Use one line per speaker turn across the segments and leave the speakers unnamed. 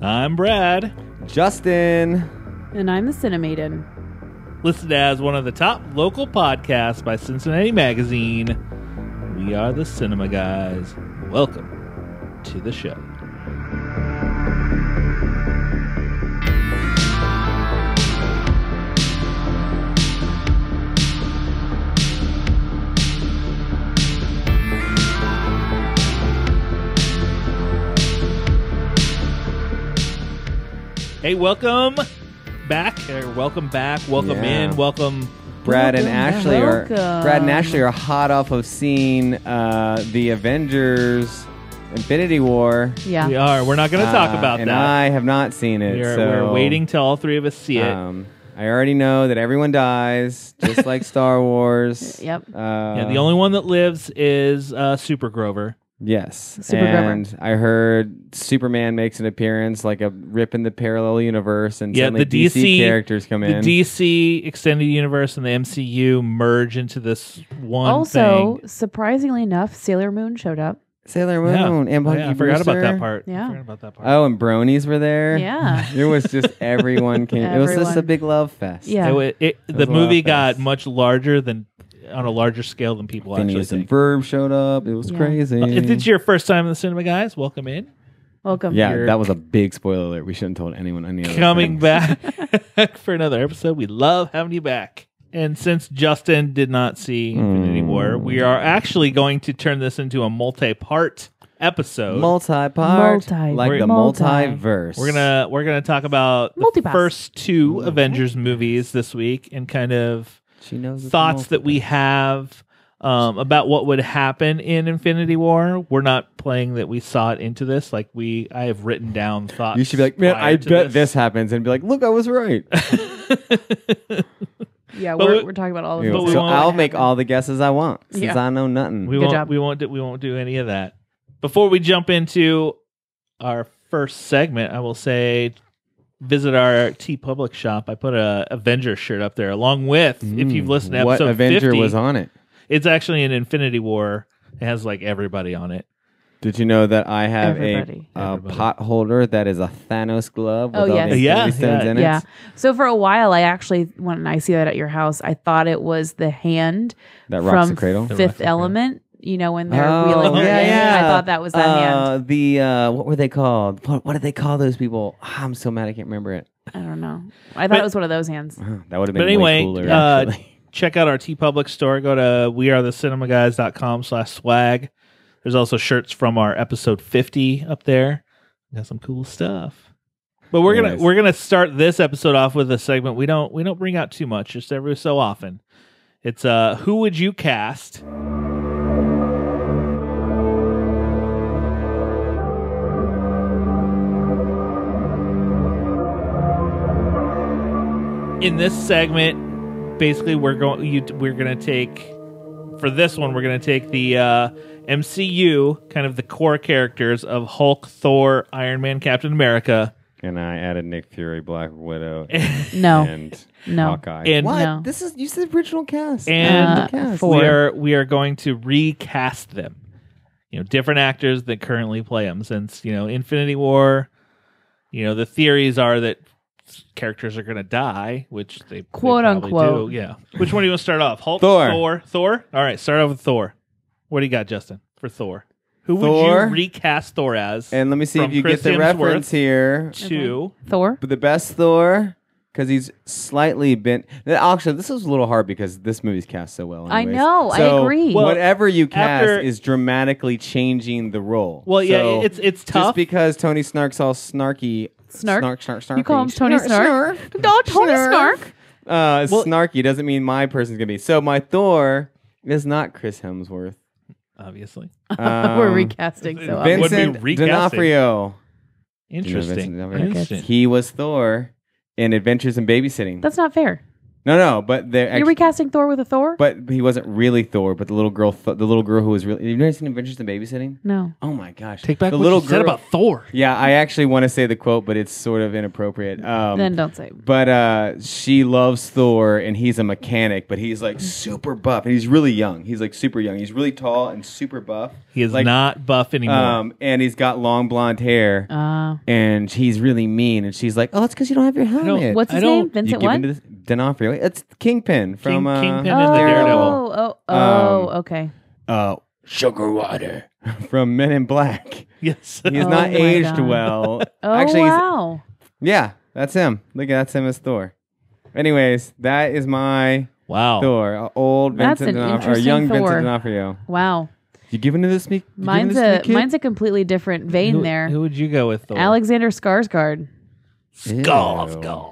I'm Brad.
Justin.
And I'm the Cinemaiden.
Listed as one of the top local podcasts by Cincinnati Magazine, we are the Cinema Guys. Welcome to the show. Hey, welcome back, or welcome back, welcome
Yeah.
in, welcome.
Brad and
Welcome,
Ashley are
welcome.
Brad and Ashley are hot off of seeing uh, the Avengers Infinity War.
Yeah.
We are. We're not going to talk
Uh,
about
and
that.
I have not seen it.
We're,
so
we're waiting till all three of us see it.
Um, I already know that everyone dies, just like Star Wars.
Yep.
Uh,
yeah, the only one that lives is uh, Super Grover.
yes.
Super Grover.
and I heard Superman makes an appearance, like a rip in the parallel universe, and
Yeah,
suddenly
the DC
characters come in.
The DC extended universe and the MCU merge into this one
also,
thing.
surprisingly enough, Sailor Moon showed up.
Sailor Moon
Yeah.
and
Oh,
Monkey
yeah, I forgot about
Brewster.
that part. I
Yeah.
forgot about that part.
Oh, and bronies were there.
Yeah.
It was just everyone came. It was just a
Everyone.
big love fest.
Yeah.
It wa- it- the
was a lot
movie
of
got
fast.
much larger than on a larger scale than people actually
Phineas and
think. Uh,
Ferb showed up. It was
Yeah.
crazy.
If it's your first time in the cinema, guys, welcome in.
Welcome.
yeah,
your-
that was a big spoiler alert. We shouldn't have told anyone any of those
Coming
things.
back for another episode. We love having you back. And since Justin did not see
Hmm.
Infinity War, we are actually going to turn this into a multi-part episode.
Multi-part,
Multi-
like the
Multi.
multiverse.
We're gonna we're gonna talk about the
Multipass.
first two Avengers movies this week and kind of
She knows it's
thoughts that we
multiple.
have um, about what would happen in Infinity War. We're not playing that we saw it into this. Like we, I have written down thoughts.
You should be like, man,
prior
I
to
bet this. happens, and be like, look, I was right.
Yeah,
But
we're,
we-
we're talking about all of
You know,
we
this.
so
won't-
I'll make all the guesses I want since
Yeah.
I know nothing.
we
Good
won't.
job.
We won't. Do, we won't do any of that. Before we jump into our first segment, I will say. Visit our T Public shop. I put a Avenger shirt up there, along with if you've listened to
Mm, Hmm. what
episode
Avenger
50,
was on it?
It's actually an Infinity War. It has like everybody on it.
Did you know that I have
Everybody.
a, a
Everybody.
pot holder that is a Thanos glove with
Oh,
all
yes.
these
Yeah,
Infinity stones
yeah.
in it?
Yeah. So for a while, I actually, when I see that at your house, I thought it was the hand
That rocks
from
the cradle. Oh,
The rocks
Fifth
the cradle.
Element. You know, when they're wheeling their
yeah,
hand.
yeah.
I thought that was that hand.
Uh, The uh, what were they called? What, what did they call those people? Ah, I'm so mad I can't remember it.
I don't know. I thought
but-
it was one of those hands.
Huh, That would have been
But
way
anyway,
cooler.
uh,
actually.
check out our T Public store. Go to wearethecinemaguys.com slash swag. There's also shirts from our episode 50 up there. Got some cool stuff. But we're gonna
Nice.
we're gonna start this episode off with a segment we don't we don't bring out too much, just every so often. It's uh who would you cast? in this segment basically we're going you we're going to take for this one we're going to take the uh MCU kind of the core characters of Hulk, Thor, Iron Man, Captain America.
and I added Nick Fury, Black Widow,
No.
and
No.
Hawkeye.
And-
what?
No. Uh,
This is you said original cast.
And
Original cast.
four.
we are we are going to recast them. You know, different actors that currently play them since, you know, Infinity War, you know, the theories are that characters are going to die, which they they
Quote,
probably
unquote.
do. Yeah. Which one do you want to start off? Hulk,
Thor.
Thor, Thor? All right, start off with Thor. What do you got, Justin, for Thor? Who
Thor.
would you recast Thor as?
And let me see
From
if you
Chris
get the reference
Hemsworth.
here.
two.
Thor.
But the best Thor. Because he's slightly bent. Actually, this is a little hard because this movie's cast so well.
I
anyways.
know, I
So
agree. Well,
whatever you cast
after-
is dramatically changing the role.
Well, yeah,
So-
it's it's tough.
Just because Tony Snark's all snarky,
Snark?
snark, snark, snarky.
You call him Tony Snark? Oh, Tony Snark.
Uh,
Well-
snarky doesn't mean my person's gonna be. So my Thor is not Chris Hemsworth.
obviously.
Um,
We're recasting. So um,
Vince-
obviously.
Vincent
Would be recasting.
D'Onofrio. Do you know
Interesting.
Vincent D'Onofrio?
Interesting.
He was Thor in Adventures in Babysitting.
That's not fair.
No, no, but they
You're
actually,
recasting Thor with a Thor?
but he wasn't really Thor, but the little girl, th- the little girl who was really. You never seen Adventures in Babysitting?
no.
Oh my gosh!
Take back
the
what
little
you said
girl-
about Thor.
Yeah, I actually want to say the quote, but it's sort of inappropriate. Um,
then don't say.
But uh, she loves Thor, and he's a mechanic, but he's like super buff, and he's really young. He's like super young. He's really tall and super buff.
He is
like,
not buff anymore.
Um, and he's got long blonde hair,
Uh,
and he's really mean. And she's like, "Oh, that's because you don't have your helmet."
what's
I
his
don't-
name?
you
you
Vincent
give
what?
into this D'Onofrio. It's Kingpin from uh,
Kingpin
oh,
is the Daredevil.
oh, oh,
Um,
okay.
uh, Sugar Water from Men in Black.
yes.
He's
Oh
not
my
aged
God.
well.
Oh,
Actually, he's-
wow.
yeah, that's him. Look, that's him as Thor. Anyways, that is my
Wow.
Thor, uh, old
That's
Vincent
an
D'Onofrio, or
interesting
young
Thor.
Vincent D'Onofrio.
Wow.
You giving to this me? you giving
Mine's
this to
a
the kid?
mine's a completely different vein
who,
there.
Who would you go with? Thor?
Alexander Skarsgård.
Skull
Ew.
of God.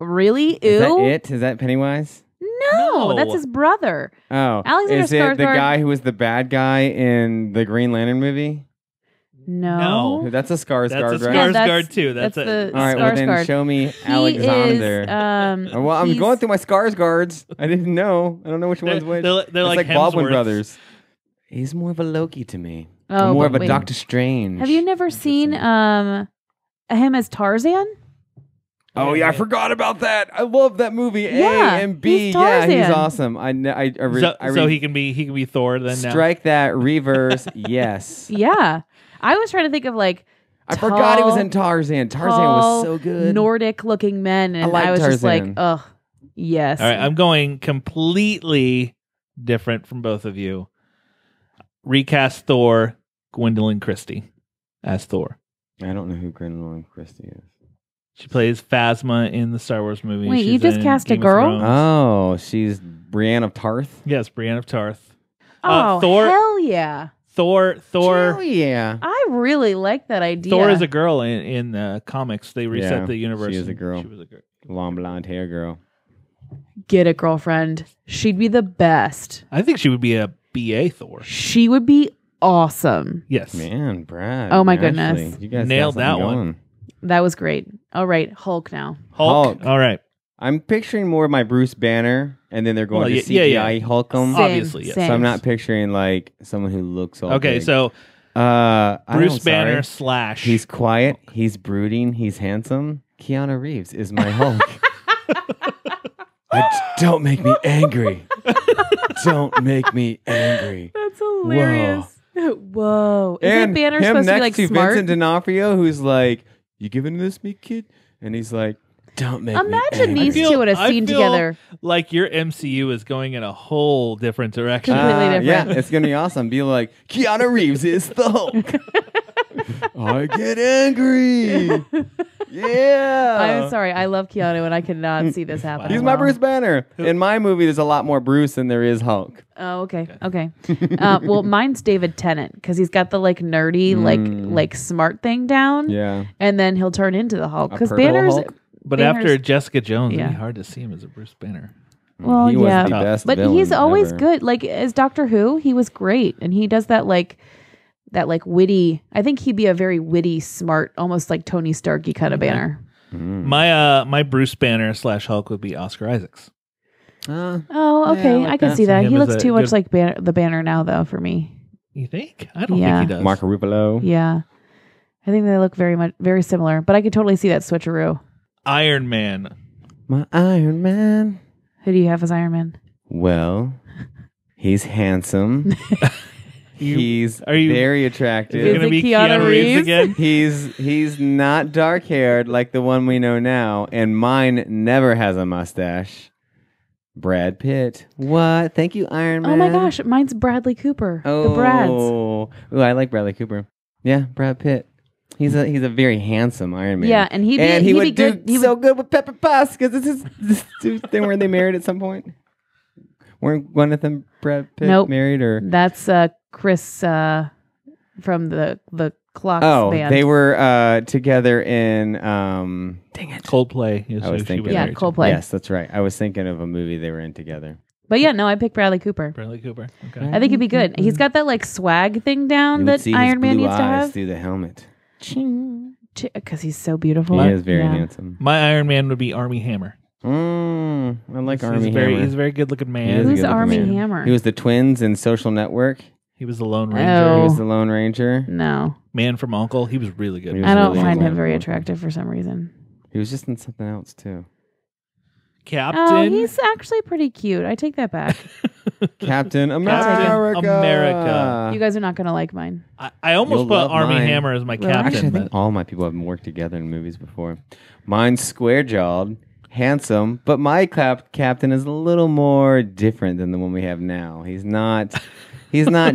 Really? Ew.
Is that it? Is that Pennywise?
No,
No.
that's his brother.
Oh,
Alexander
is it the
Skarsgård-
guy who was the bad guy in the Green Lantern movie?
No.
No.
That's a Skarsgård,
That's a Skarsgård
right?
Yeah, that's-
too. That's,
that's
a
the-
All right, well then
Skarsgård.
show me
He
Alexander.
is, um,
Oh, well, I'm
he's-
going through my Skarsgårds. I didn't know. I don't know which
They're-
one's which.
they're- they're
it's
like
like Baldwin
Hemsworths.
Brothers. He's more of a Loki to me.
Oh,
more of
but
a
wait.
Doctor Strange.
Have you never seen um him as Tarzan?
Oh yeah, I forgot about that. I love that movie.
Yeah,
a and B.
he's
yeah, he's
Tarzan.
awesome. I kn- I, I, re-
so,
I re-
so he can be he can be Thor then. Now.
strike that reverse. yes,
Yeah. I was trying to think of like
I forgot he was
Tall,
in Tarzan. Tarzan
tall,
was so good.
Nordic looking men and I,
like
was just like,
Tarzan.
ugh, yes.
All right, I'm going completely different from both of you. Recast Thor, Gwendolyn Christie as Thor.
I don't know who Gwendolyn Christie is.
She plays Phasma in the Star Wars movie.
Wait,
She's
you just
in
cast a
Game of
girl?
Thrones.
Oh, she's Brienne of Tarth.
yes, Brienne of Tarth.
oh
uh, Thor-
hell yeah.
Thor, Thor,
Hell yeah.
I really like that idea.
Thor is a girl in, in the comics. They reset
Yeah,
the universe.
she is a
and
girl.
She was a girl.
Long blonde hair girl.
get a girlfriend. She'd be the best.
I think she would be a BA Thor.
She would be awesome.
Yes.
Man, Brad.
Oh my
you're
goodness.
actually- you guys
Nailed
got something
that one.
going.
That was great. All right, Hulk now.
Hulk.
Hulk.
All right.
I'm picturing more of my Bruce Banner, and then they're going
Well,
to
yeah,
CGI
yeah, yeah.
Hulk him.
Same, Obviously, yes.
So I'm not picturing like someone who looks all
Okay,
big.
so
uh, I'm
Bruce
sorry.
Banner slash.
He's quiet. He's brooding. He's handsome. Keanu Reeves is my Hulk. I- don't make me angry. don't make me angry.
That's hilarious. Whoa. Isn't
and
Banner
him
supposed to
next
be like
to
smart?
Vincent D'Onofrio, who's like, "You giving this me, kid?" And he's like, "Don't make me
Imagine
angry."
these
feel-
two in a
I
scene
feel-
together.
like your MCU is going in a whole different direction.
Uh, completely
Ah, Yeah,
different.
it's gonna be awesome. Be like, Keanu Reeves is the Hulk. I get angry. Yeah.
I'm sorry. I love Keanu, and I cannot see this happen.
He's my Bruce Banner. In my movie, there's a lot more Bruce than there is Hulk.
Oh, okay, okay. uh, well, mine's David Tennant because he's got the like nerdy, like like smart thing down.
Mm. Yeah.
And then he'll turn into the Hulk
A
because
purple
Banner's
Hulk?
but
Banner's-
after Jessica Jones, it'd
Yeah.
be hard to see him as a Bruce Banner.
well,
Mm, he
yeah,
was the best
but
villain
he's always
ever.
good. Like as Doctor Who, he was great, and he does that like that like witty. I think he'd be a very witty, smart, almost like Tony Starky kind
Mm-hmm.
of Banner.
My uh, my Bruce Banner slash Hulk would be Oscar Isaacs.
Uh,
Oh,
Yeah,
okay,
I like
I can
that.
see that.
Him
He
as
looks
a
too much
good-
like banner, the Banner now, though, for me.
You think? I don't
Yeah.
think he does.
Mark Ruffalo.
Yeah, I think they look very much very similar, but I could totally see that switcheroo.
Iron Man.
My Iron Man.
Who do you have as Iron Man?
Well, he's handsome.
You-
he's
are you-
very
Is it
attractive.
gonna
it
be
Keanu
Keanu, Reeves?
Reeves?
again?
He's he's not dark haired like the one we know now, and mine never has a mustache. Brad Pitt. What? Thank you, Iron Man.
Oh my gosh, mine's Bradley Cooper.
Oh,
The Brads.
Ooh, I like Bradley Cooper. Yeah, Brad Pitt. He's a he's a very handsome Iron Man.
Yeah, and he'd be,
and
he'd
he
be
would do
good. He would-
so good with Pepper Potts because this is this dude thing where they married at some point. Weren't one of them Brad Pitt
Nope.
married or
That's uh, Chris uh, from the the Clocks
Oh,
band.
they were uh, together in. Um, Dang it!
Coldplay. Is
I was
who she
thinking-
yeah,
married to.
Coldplay.
Yes, that's right. I was thinking of a movie they were in together.
But yeah, no, I picked Bradley Cooper.
Bradley Cooper. Okay.
I think he'd be good. He's got that like swag thing
Mm-hmm.
down
You would
that
see his
Iron Man
blue
needs to
eyes
have
through the helmet.
because he's so beautiful.
He is very
Yeah.
handsome.
My Iron Man would be Army Hammer.
Mm, I like
He's-
Army
he's very,
Hammer.
he's a very good looking
He is
man.
a
Who's
good-looking
Army
man.
Hammer?
He was the twins in Social Network.
He was the Lone
Oh.
Ranger,
He was the Lone Ranger.
No,
man from Uncle. He was really good.
He was
I don't
really
find him
good.
very attractive for some reason.
He was just in something else too.
Oh,
Captain
he's actually pretty cute. I take that back.
Captain America. Uh,
America.
you guys are not gonna like mine.
I, I almost
You'll
put
love
Army
mine.
Hammer as my
Well,
captain.
Actually, I think
but
all my people have worked together in movies before. Mine's square jawed, handsome, but my cap- captain is a little more different than the one we have now. He's not. He's not.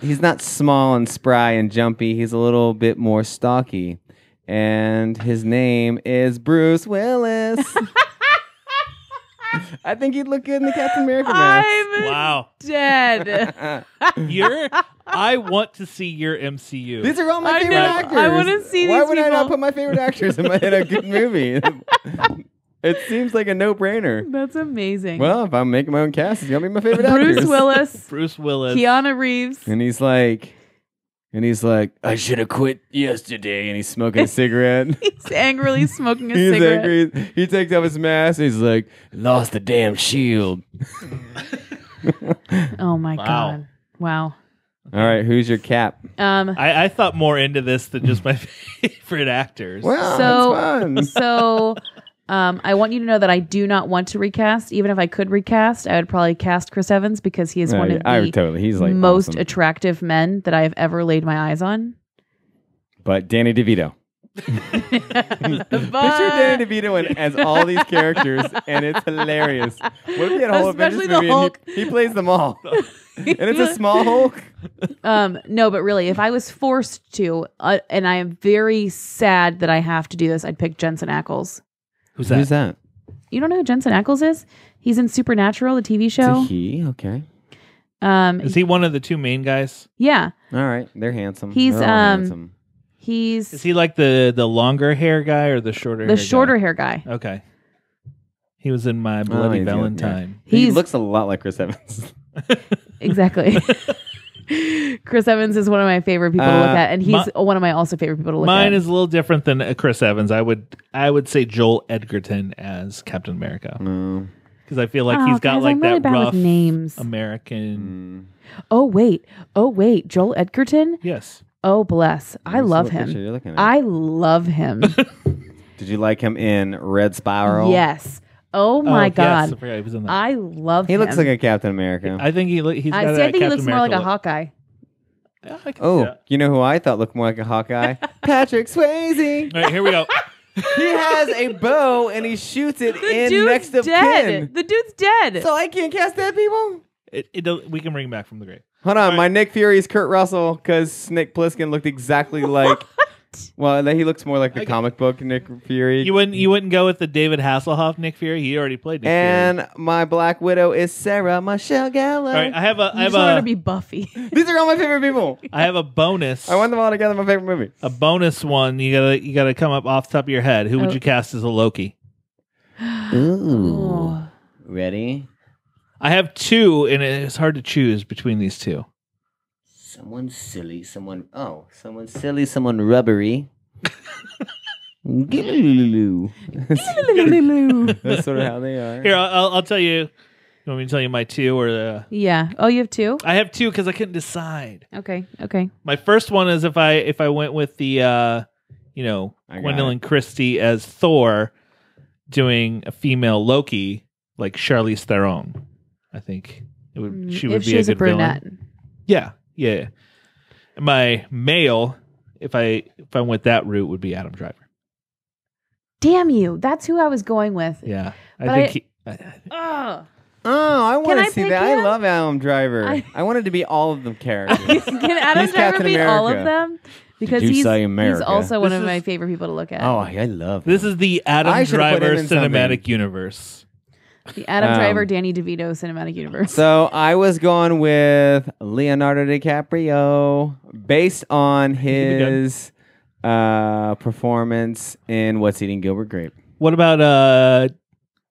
he's not small and spry and jumpy. He's a little bit more stocky, and his name is Bruce Willis. I think he'd look good in the Captain America Uh, mask.
I'm
wow,
dead.
you're. I want to see your MCU.
These are all my
I
favorite
know.
actors.
I wanna see
Why
these
would I not
people.
put my favorite actors in, my, in a good movie? it seems like a no-brainer.
That's amazing.
Well, if I'm making my own cast, it's gonna be my favorite
Bruce
actors.
Willis,
Bruce Willis.
Keanu Reeves.
And he's like, and he's like, I should have quit yesterday. And he's smoking a cigarette.
He's angrily smoking a
he's
cigarette.
angry. He takes off his mask. He's like, lost the damn shield.
Oh my
Wow.
god! Wow.
All right, who's your cap?
Um.
I, I thought more into this than just my favorite actors.
Well,
So-
that's fun.
So, um, I want you to know that I do not want to recast. Even if I could recast, I would probably cast Chris Evans because he is
No,
one of
yeah, I
the
would totally. He's like
most
awesome.
attractive men that I have ever laid my eyes on.
but Danny DeVito.
Uh,
Picture Danny DeVito in, as all these characters, and it's hilarious. What if he had a whole
Especially
Avengers
the
movie and
Hulk.
he, he plays them all? and it's a small Hulk.
Um, no, but really, if I was forced to, uh, and I am very sad that I have to do this, I'd pick Jensen Ackles.
Who's that?
that?
You don't know who Jensen Ackles is? He's in Supernatural, the TV
It's a
show.
he. Okay.
Um,
Is he one of the two main guys?
yeah,
All right. They're handsome.
He's,
They're all
um,
handsome.
he's
Is he like the the longer hair guy or the shorter?
the
hair
shorter hair guy.
Guy? Okay. He was in my Bloody
Oh, he's the other-
Valentine.
He
He's-
looks a lot like Chris Evans.
Exactly. Chris Evans is one of my favorite people to
Uh,
look at, and he's
my-
one of my also favorite people to look
Mine
at.
is a little different than uh, Chris Evans. I would I would say Joel Edgerton as Captain America
No.
because I feel like
Oh,
he's got
guys,
like
I'm really
that
bad with
rough
names.
American.
oh wait, oh wait, Joel
Mm.
Edgerton.
Yes.
Oh bless, I
Here's
love
what picture
him.
you're looking at.
I love him.
Did you like him in Red Spiral?
yes. Oh my
yes,
god,
I forgot he was in that.
Uh,
I love
He
him.
looks like a Captain America.
I think he lo- he's got
I see, I
that
think he
Captain
looks more like
America
a Hawkeye.
look. Yeah, I can see
oh,
that.
you know who I thought looked more like a Hawkeye? Patrick Swayze.
All right, here we go.
He has a bow and he shoots it
The
in
dude's
next of
dead.
kin.
The dude's dead.
So I can't cast dead people.
It, it does, we can bring him back from the grave.
Hold on, my Nick Fury is Kurt Russell because Snake Plissken looked exactly like. Well, he looks more like the comic book Nick Fury.
You wouldn't you wouldn't go with the David Hasselhoff Nick Fury. He already played Nick Fury.
and my Black Widow is Sarah Michelle Gellar.
All right, I have a I
you
have
just want to
a
be Buffy.
These are all my favorite people.
I have a bonus.
I want them all together. in My favorite movie.
a bonus one. You gotta you gotta come up off the top of your head. Who would
Oh.
you cast as a Loki?
Ooh,
Oh.
ready?
I have two, and it's hard to choose between these two.
Someone silly. Someone. Oh, someone silly. Someone rubbery. That's sort of how they are.
Here, I'll, I'll, I'll tell you. You want me to tell you my two or the?
yeah. Oh, you have two.
I have two because I couldn't decide.
Okay. Okay.
My first one is if I if I went with the, uh you know,
I got
Gwendolyn Christie as Thor, doing a female Loki like Charlize Theron. I think it would. She
Mm,
would
if
be
she's
a good villain.
brunette.
Yeah, yeah. yeah. My male, if I if I went that route, would be Adam Driver.
Damn you! That's who I was going with.
Yeah, I
But
think
I-
he. I-
Ugh.
Oh, I want
I
to see
pick
that.
him?
I love Adam Driver. I,
I-
wanted to be all of them characters.
Can Adam
He's
Driver
Captain
beat all
America.
of them? Because
you
he's,
say
he's
America?
also one
This
of
is-
my favorite people to look at.
oh, I love
This is the Adam
I should've put
Driver
him in
cinematic
something.
universe.
The Adam
Um,
Driver, Danny DeVito cinematic universe.
So I was going with Leonardo DiCaprio based on
did good.
his uh, performance in What's Eating Gilbert Grape.
What about uh?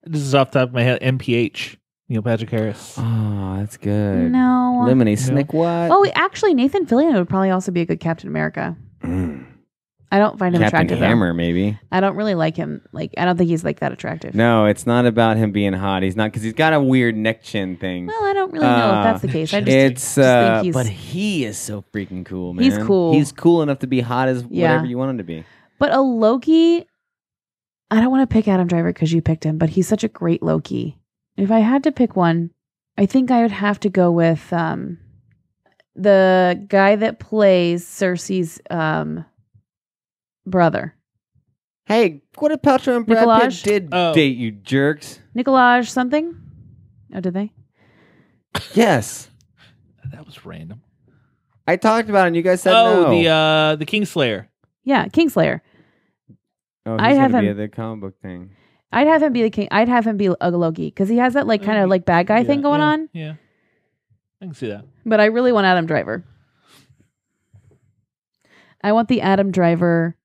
This is off the top of my head. MPH Neil Patrick Harris.
Oh, that's good.
No.
Lemony Snick what?
Oh, actually, Nathan Fillion would probably also be a good Captain America. I I don't find him
Mm. Captain
attractive. though.
Hammer, maybe.
I don't really like him. Like I don't think he's like that attractive.
No, it's not about him being hot. He's not because he's got a weird neck chin thing.
Well, I don't really know
Uh,
if that's the case. I just
it's
think
uh,
he's-
but he is so freaking cool, man.
He's cool.
He's cool enough to be hot as
Yeah.
whatever you want him to be.
but a Loki. I don't want to pick Adam Driver because you picked him, but he's such a great Loki. If I had to pick one, I think I would have to go with um, the guy that plays Cersei's um, brother,
Hey, what if Paltrow and Brad Pitt
Nicolaj?
did
Oh.
date you jerks?
Nicolaj something. Oh, did they?
Yes,
That was random.
I talked about it. and You guys said
oh,
no.
the uh, the Kingslayer.
Yeah, Kingslayer.
oh, he's
I
gonna
have
be
him-
at the comic book thing.
I'd have him be the king. I'd have him be a Loki because he has that like kind
Okay.
of like bad guy
Mm-hmm. Yeah,
thing going
yeah,
on.
Yeah, I can see that.
But I really want Adam Driver. I want the Adam Driver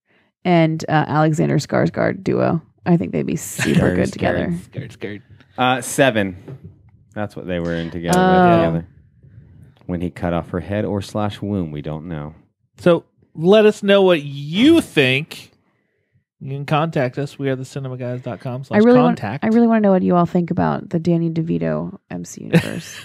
and uh, Alexander Skarsgård duo. I think they'd be super
Skarsgård.
good together.
Scared, scared.
Uh, seven. That's what they were in together.
Oh.
with together. When he cut off her head or slash womb, we don't know.
So let us know what you think. You can contact us. We are the cinemaguys.com
I
slash
really want.
contact.
I really want to know what you all think about the Danny DeVito MC universe.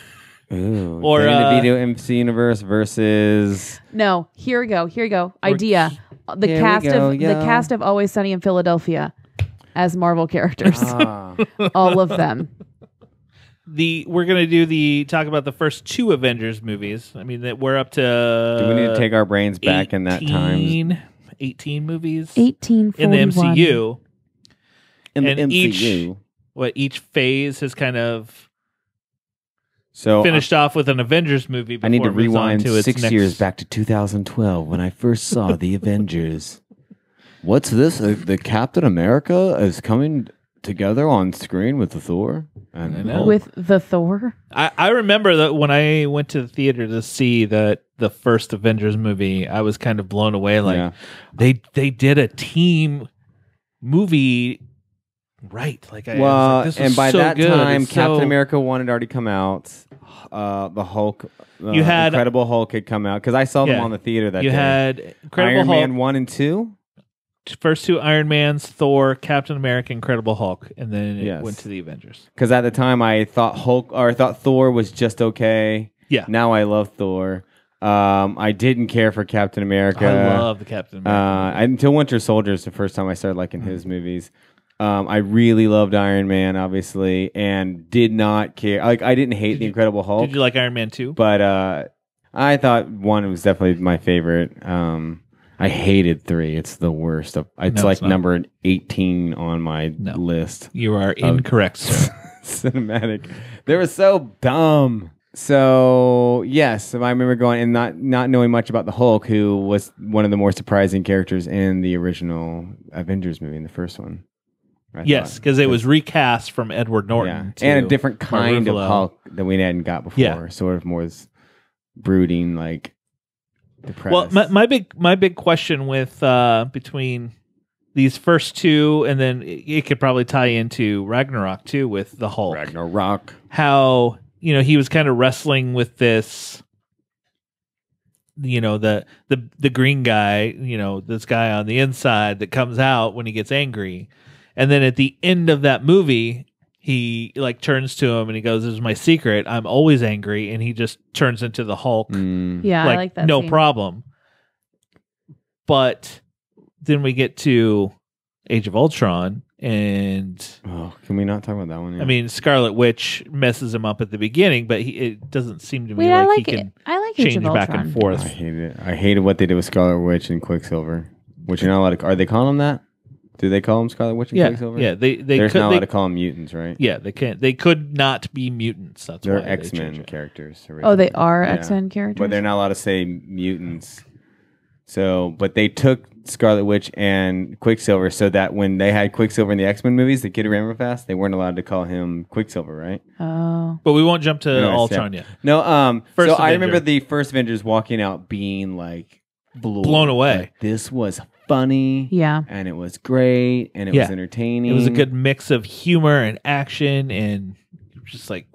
Ooh,
Or,
Danny
uh,
DeVito MC Universe versus
no, here we go. Here we go.
Or-
Idea: the
Here we
cast
go,
of
yo.
the cast of Always Sunny in Philadelphia as Marvel characters,
Ah.
all of them.
the we're gonna do the talk about the first two Avengers movies. I mean that we're up to
Do we need to take our brains back in
Uh,
that time?
18 18 movies
Eighteen
in the MCU.
In
And each- What each phase has kind of
So
finished off with an Avengers movie. Before
Oh, I need to
it moves on
rewind
to its
six
next-
years back to 2012 when I first saw the Avengers. What's this? Uh, the Captain America is coming together on screen with the Thor and
I know.
with the Thor.
I, I remember that when I went to the theater to see the the first Avengers movie, I was kind of blown away. Like
Yeah.
they they did a team movie right. Like I was
Well,
like, this was
and by
so
that
good.
time,
It's
Captain
so-
America one had already come out. Uh, the Hulk, uh,
You had-
Incredible Hulk had come out because I saw them
Yeah.
on the theater that
You
day.
had Incredible
Iron
Hulk,
Man one and two.
first two Iron Mans, Thor, Captain America, Incredible Hulk, and then it
Yes.
went to the Avengers.
Because at the time I thought Hulk or I thought Thor was just okay.
Yeah.
Now I love Thor. Um, I didn't care for Captain America.
I love the Captain
uh,
America.
I- until Winter Soldier is the first time I started liking his
Mm.
movies. Um, I really loved Iron Man, obviously, and did not care. Like I didn't hate
Did
the
you-
Incredible Hulk,
Did you like Iron Man too?
but uh, I thought one was definitely my favorite. Um, I hated three. It's the worst. Of, it's
it's
like
not.
number eighteen on my
No.
list
you are
Oh,
incorrect, sir.
cinematic. They were so dumb. So yes, I remember going and not not knowing much about the Hulk, who was one of the more surprising characters in the original Avengers movie, in the first one. I
yes,
thought.
because it was recast from Edward Norton
yeah. and a
to
different
Mark
kind of
Ruffalo.
Hulk that we hadn't got before.
Yeah.
Sort of more s- brooding, like depressed.
Well, my, my big my big question with uh, between these first two, and then it, it could probably tie into Ragnarok too with the Hulk.
Ragnarok.
How you know he was kind of wrestling with this, you know the the the green guy, you know this guy on the inside that comes out when he gets angry, and then at the end of that movie. He like turns to him and he goes, "This is my secret. I'm always angry." And he just turns into the Hulk
Mm.
Yeah,
like,
I like that.
no
scene.
problem. But then we get to Age of Ultron, and
Oh, can we not talk about that one?
I mean Scarlet Witch messes him up at the beginning, but he, it doesn't seem to me
Wait, I
like,
like
he
it.
can
I like Age
change
of
back
Ultron.
and
I
forth.
hated it. I hated what they did with Scarlet Witch and Quicksilver, which you're not allowed to. Are they calling them that? Do they call them Scarlet Witch and
Yeah,
Quicksilver?
yeah, they they
They're
could
not allowed
they,
to call them mutants, right?
yeah they can't they could not be mutants. That's why
they're
they
X Men
changed it.
characters.
Oh,
originally.
they are
Yeah.
X Men characters.
But they're not allowed to say mutants. So, but they took Scarlet Witch and Quicksilver so that when they had Quicksilver in the X Men movies, the kid who ran real fast, they weren't allowed to call him Quicksilver, right?
Oh,
But we won't jump to
No, it's-
Ultron yet.
No. Um.
First
so I
Avenger.
remember the first Avengers walking out being like blown,
Blown away.
Like, this was funny.
yeah.
and it was great and it was
Yeah.
entertaining.
It was a good mix of humor and action, and just like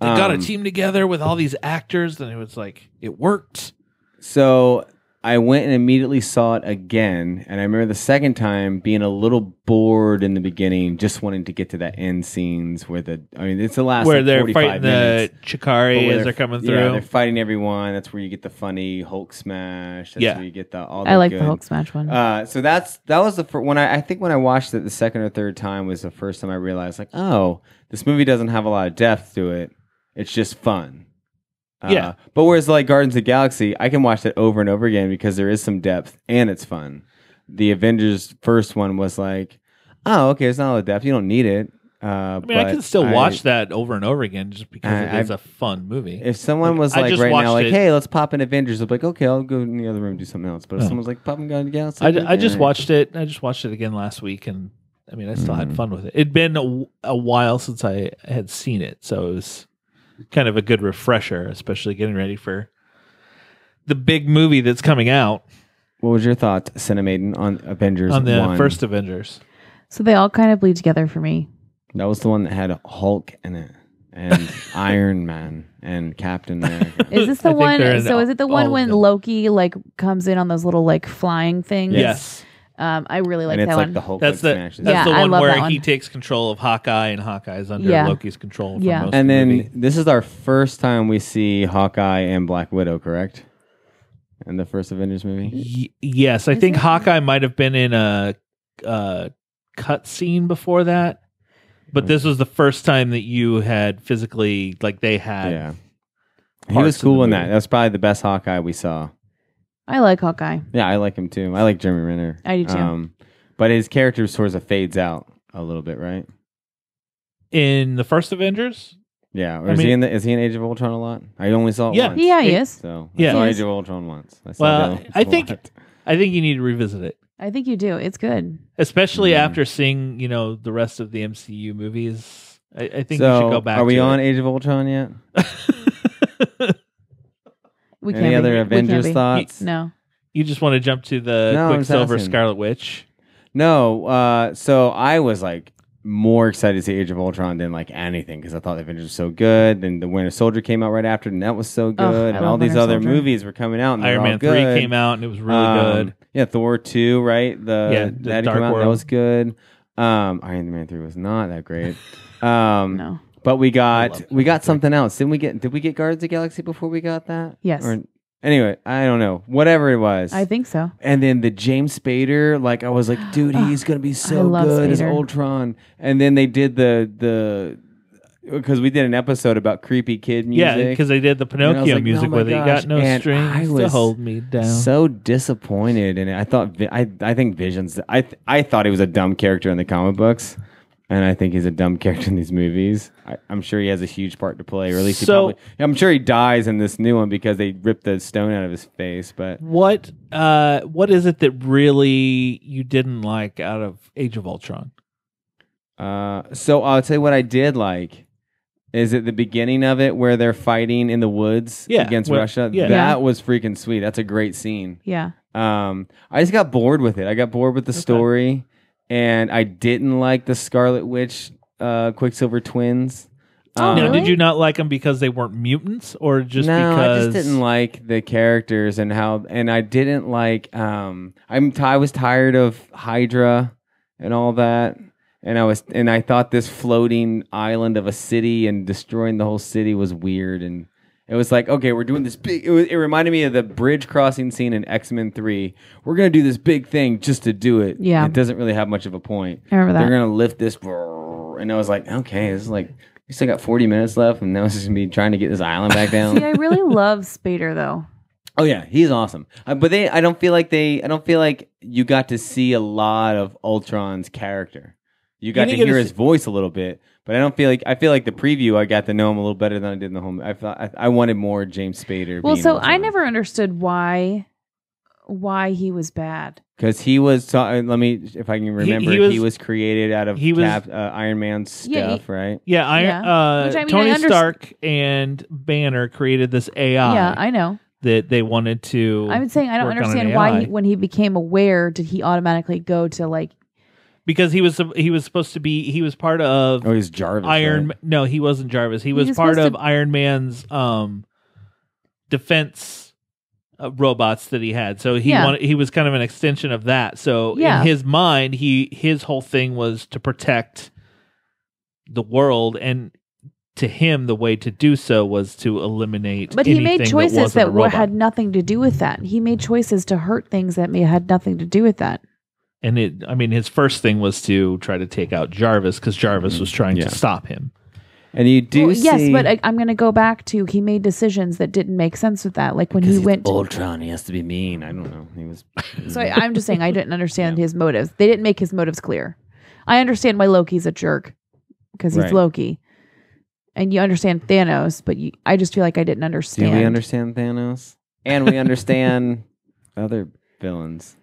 they got a
Um,
team together with all these actors, and it was like it worked.
So I went and immediately saw it again, and I remember the second time being a little bored in the beginning, just wanting to get to that end scenes where the I mean it's the last
where
like,
they're
45
fighting
minutes,
the
but
Chikari
where
as they're coming through.
Yeah, they're fighting everyone. That's where you get the funny Hulk smash. That's
Yeah.
where you get the all.
I like
good.
the Hulk smash one.
Uh, so that's that was the first when I, I think when I watched it the second or third time was the first time I realized like oh this movie doesn't have a lot of depth to it it's just fun uh,
Yeah.
but whereas like Gardens of the Galaxy I can watch that over and over again because there is some depth and it's fun the Avengers first one was like oh okay it's not a lot of depth you don't need it uh,
I mean, I can still watch that over and over again just because
I-
it is a fun movie.
if someone was
I
like
just
right now,
watched
like,
it.
"Hey, let's pop in Avengers," I'd be like, "Okay, I'll go in the other room and do something else." But if
Oh.
someone's like, "Pop in Guardians of the Galaxy,"
I,
I'd be like,
I just
"Eh."
watched it. I just watched it again last week, and I mean, I still had fun with it. It'd been a, w- a while since I had seen it, so it was kind of a good refresher, especially getting ready for the big movie that's coming out
What was your thought, Cinemaiden, on Avengers?
on the
1?
first Avengers.
so they all kind of bleed together for me.
That was the one that had Hulk in it, and Iron Man, and Captain America.
Is this
I
the
think they're in
one? So is it the
all of
one when
them.
Loki like comes in on those little like flying things?
Yes,
Um, I really like
and it's
that
like
one.
the Hulk
that's
like,
the that's
smashes.
Yeah,
the
I
one
love
where
that one.
he takes control of Hawkeye, and Hawkeye's under
Yeah.
Loki's control. For
Yeah.
most
And
of the
then
movie.
this is our first time we see Hawkeye and Black Widow, correct? In the first Avengers movie,
Y- yes, I
Is
think
it-
Hawkeye might have been in a, a cut scene before that, but this was the first time that you had physically like they had.
yeah, he
parts
was
of
cool
the
in
movie.
that. That's probably the best Hawkeye we saw.
I like Hawkeye.
Yeah, I like him too. I like Jeremy Renner.
I do too.
Um, but his character sort of fades out a little bit, right?
in the first Avengers.
Yeah. Or
I
is
mean-
he in the, is he in Age of Ultron a lot? I only saw it
Yeah.
once.
Yeah, he
It-
is.
So
Yeah.
I saw
Yes.
Age of Ultron once. I saw
Well,
that
I
once a
think-
lot.
I think you need to revisit it,
I think you do. It's good.
especially
Mhm.
after seeing you know the rest of the MCU movies. I, I think
so
you should go back.
Are we
to
on
It.
Age of Ultron yet?
We can't
Any other
be.
Avengers
we can't
thoughts?
Be. No.
you just want to jump to the
No, I'm just
Quicksilver
asking.
Scarlet Witch.
No. Uh, so I was like more excited to see Age of Ultron than like anything because I thought the Avengers was so good. Then the Winter Soldier came out right after, and that was so good.
I
and
love
all these
Winter
other
Soldier.
movies were coming out. And they were
Iron
all
Man
good.
three came out and it was really
Um,
good.
Yeah, Thor two, right? The
Yeah, the
that
Dark
came out. That
World.
was good. Um, Iron Man three was not that great. Um,
No.
But we
love
got we
Iron Man
got
three.
something else. Didn't we get? Did we get Guards of the Galaxy before we got that?
Yes.
Or anyway, I don't know. Whatever it was.
I think so.
and then the James Spader, like I was like, dude,
Ah,
he's gonna be so
love
good as
Spader.
Ultron. And then they did the the because we did an episode about creepy kid music.
Yeah, because they did the
I was
Pinocchio
like,
music
"Oh my
with it. You
gosh,"
got no
and I
strings to
was
hold me down.
so disappointed and i thought Vi- i i think visions i th- i thought he was a dumb character in the comic books and i think he's a dumb character in these movies I, i'm sure he has a huge part to play or at least
So-
he probably i'm sure he dies in this new one because they ripped the stone out of his face but
what uh what is it that really you didn't like out of Age of Ultron?
uh so i'll tell you what i did like is at the beginning of it where they're fighting in the woods
Yeah,
against
where-
Russia?
yeah.
That
Yeah.
was freaking sweet. That's a great scene.
Yeah.
Um, I just got bored with it. I got bored with the
Okay.
story, and I didn't like the Scarlet Witch, uh, Quicksilver twins. Um,
Oh,
Now,
really?
did you not like them because they weren't mutants or just
no,
because
I just didn't like the characters and how, and I didn't like. Um, I'm t- I was tired of Hydra and all that, and I was, and I thought this floating island of a city and destroying the whole city was weird, and it was like, okay, we're doing this big. It, was, it reminded me of the bridge crossing scene in X Men Three. We're gonna do this big thing just to do it.
Yeah.
it doesn't really have much of a point.
I remember
They're
that.
gonna lift this, and I was like, okay, this is like. We still got 40 minutes left, and now it's just gonna be trying to get this island back down.
See, I really love Spader though.
Oh yeah, he's awesome. Uh, but they, I don't feel like they, I don't feel like you got to see a lot of Ultron's character. You got to
didn't get
hear
to
his voice a little bit, but I don't feel like I feel like the preview. I got to know him a little better than I did in the home. I thought I, I wanted more James Spader.
Well, so I never understood why why he was bad.
because he was. ta- uh, Let me, if I can remember, he,
he
was,
was-
created out of
he was-
Cap, uh, Iron Man's stuff,
Yeah, he-
right?
Yeah, Iron,
Yeah.
Uh,
Which, I mean,
Tony
I under-
Stark and Banner created this AI
Yeah, I know.
that they wanted to.
I'm saying I don't
work on an
understand why
AI.
he, when he became aware did he automatically go to like
because he was he was supposed to be he was part of
Oh, he's Jarvis.
Iron.
right?
No, he wasn't Jarvis. He
He
was
was
part
supposed
of
to-
Iron Man's um defense uh, robots that he had. So he
Yeah.
wanted, he was kind of an extension of that. So
Yeah.
in his mind, he his whole thing was to protect the world, and to him, the way to do so was to eliminate.
But he
anything
made choices
wasn't a
that were,
robot.
had nothing to do with that. He made choices to hurt things that may had nothing to do with that.
and it. I mean, his first thing was to try to take out Jarvis because Jarvis was trying
Mm-hmm. Yeah.
to stop him.
And you do
Well, yes,
see-
but uh, I, I'm going to go back to he made decisions that didn't make sense with that. Like when
Because
he
he's
went.
Ultron. He has to be mean. I don't know. He was.
So I, I'm just saying I didn't understand his motives. They didn't make his motives clear. I understand why Loki's a jerk because he's
Right.
Loki, and you understand Thanos, but you, I just feel like I didn't
do
understand.
we understand Thanos? And we understand other villains.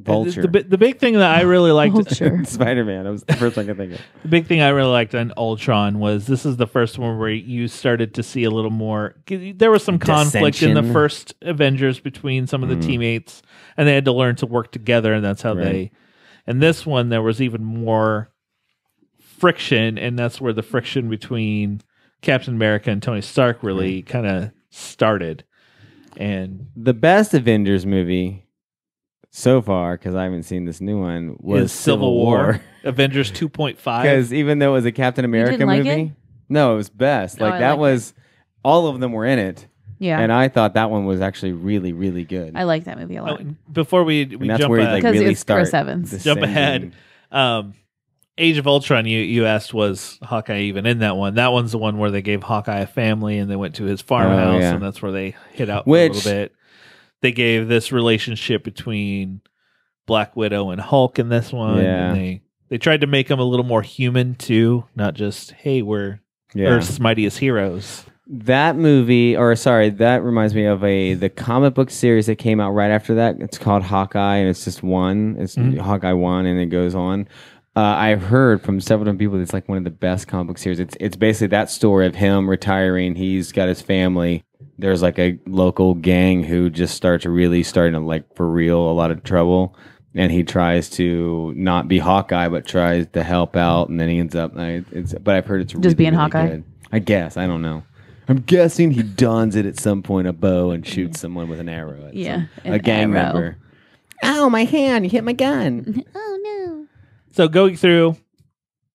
Vulture,
The, bi- the big thing that I really liked
Vulture.
Spider Man. That was the first I could think of.
The big thing I really liked on Ultron was this is the first one where you started to see a little more. 'cause There was some conflict in the
Dissension.
first Avengers between some of the
Mm.
teammates, and they had to learn to work together, and that's how
Right.
they. And this one, there was even more friction, and that's where the friction between Captain America and Tony Stark really kind of started. And
The best Avengers movie so far, because I haven't seen this new one, was
is Civil War, Avengers two point five.
Because even though it was a Captain America
like
movie,
it?
no, it was best.
Oh,
like
I
that
like it.
was, all of them were in it,
yeah,
and I thought that one was actually really, really good.
I like that movie a
Oh,
lot
and before we we
and that's
jump
where
ahead-
like
Because
really
it's Chris
start
Evans.
the
Jump
singing.
ahead. um Age of Ultron you you asked was Hawkeye even in that one. That one's the one where they gave Hawkeye a family and they went to his farmhouse
Oh, yeah.
and that's where they hit out for
Which-
a little bit. They gave this relationship between Black Widow and Hulk in this one.
Yeah.
And they they tried to make him a little more human too, not just hey, we're
Yeah.
Earth's mightiest heroes.
That movie, or sorry, that reminds me of a the comic book series that came out right after that. It's called Hawkeye, and it's just one. It's
Mhm.
Hawkeye one, and it goes on. Uh, I've heard from several different people that it's like one of the best comic book series. It's it's basically that story of him retiring. He's got his family. There's like a local gang who just starts really starting to like for real a lot of trouble, and he tries to not be Hawkeye, but tries to help out, and then he ends up. I, it's but I've heard it's
Just being Hawkeye?
good. I guess I don't know. I'm guessing he dons it at some point a bow and shoots someone with an arrow. At
Yeah,
some- a
an
gang
arrow.
member. Ow, my hand! You hit my gun.
oh
So going through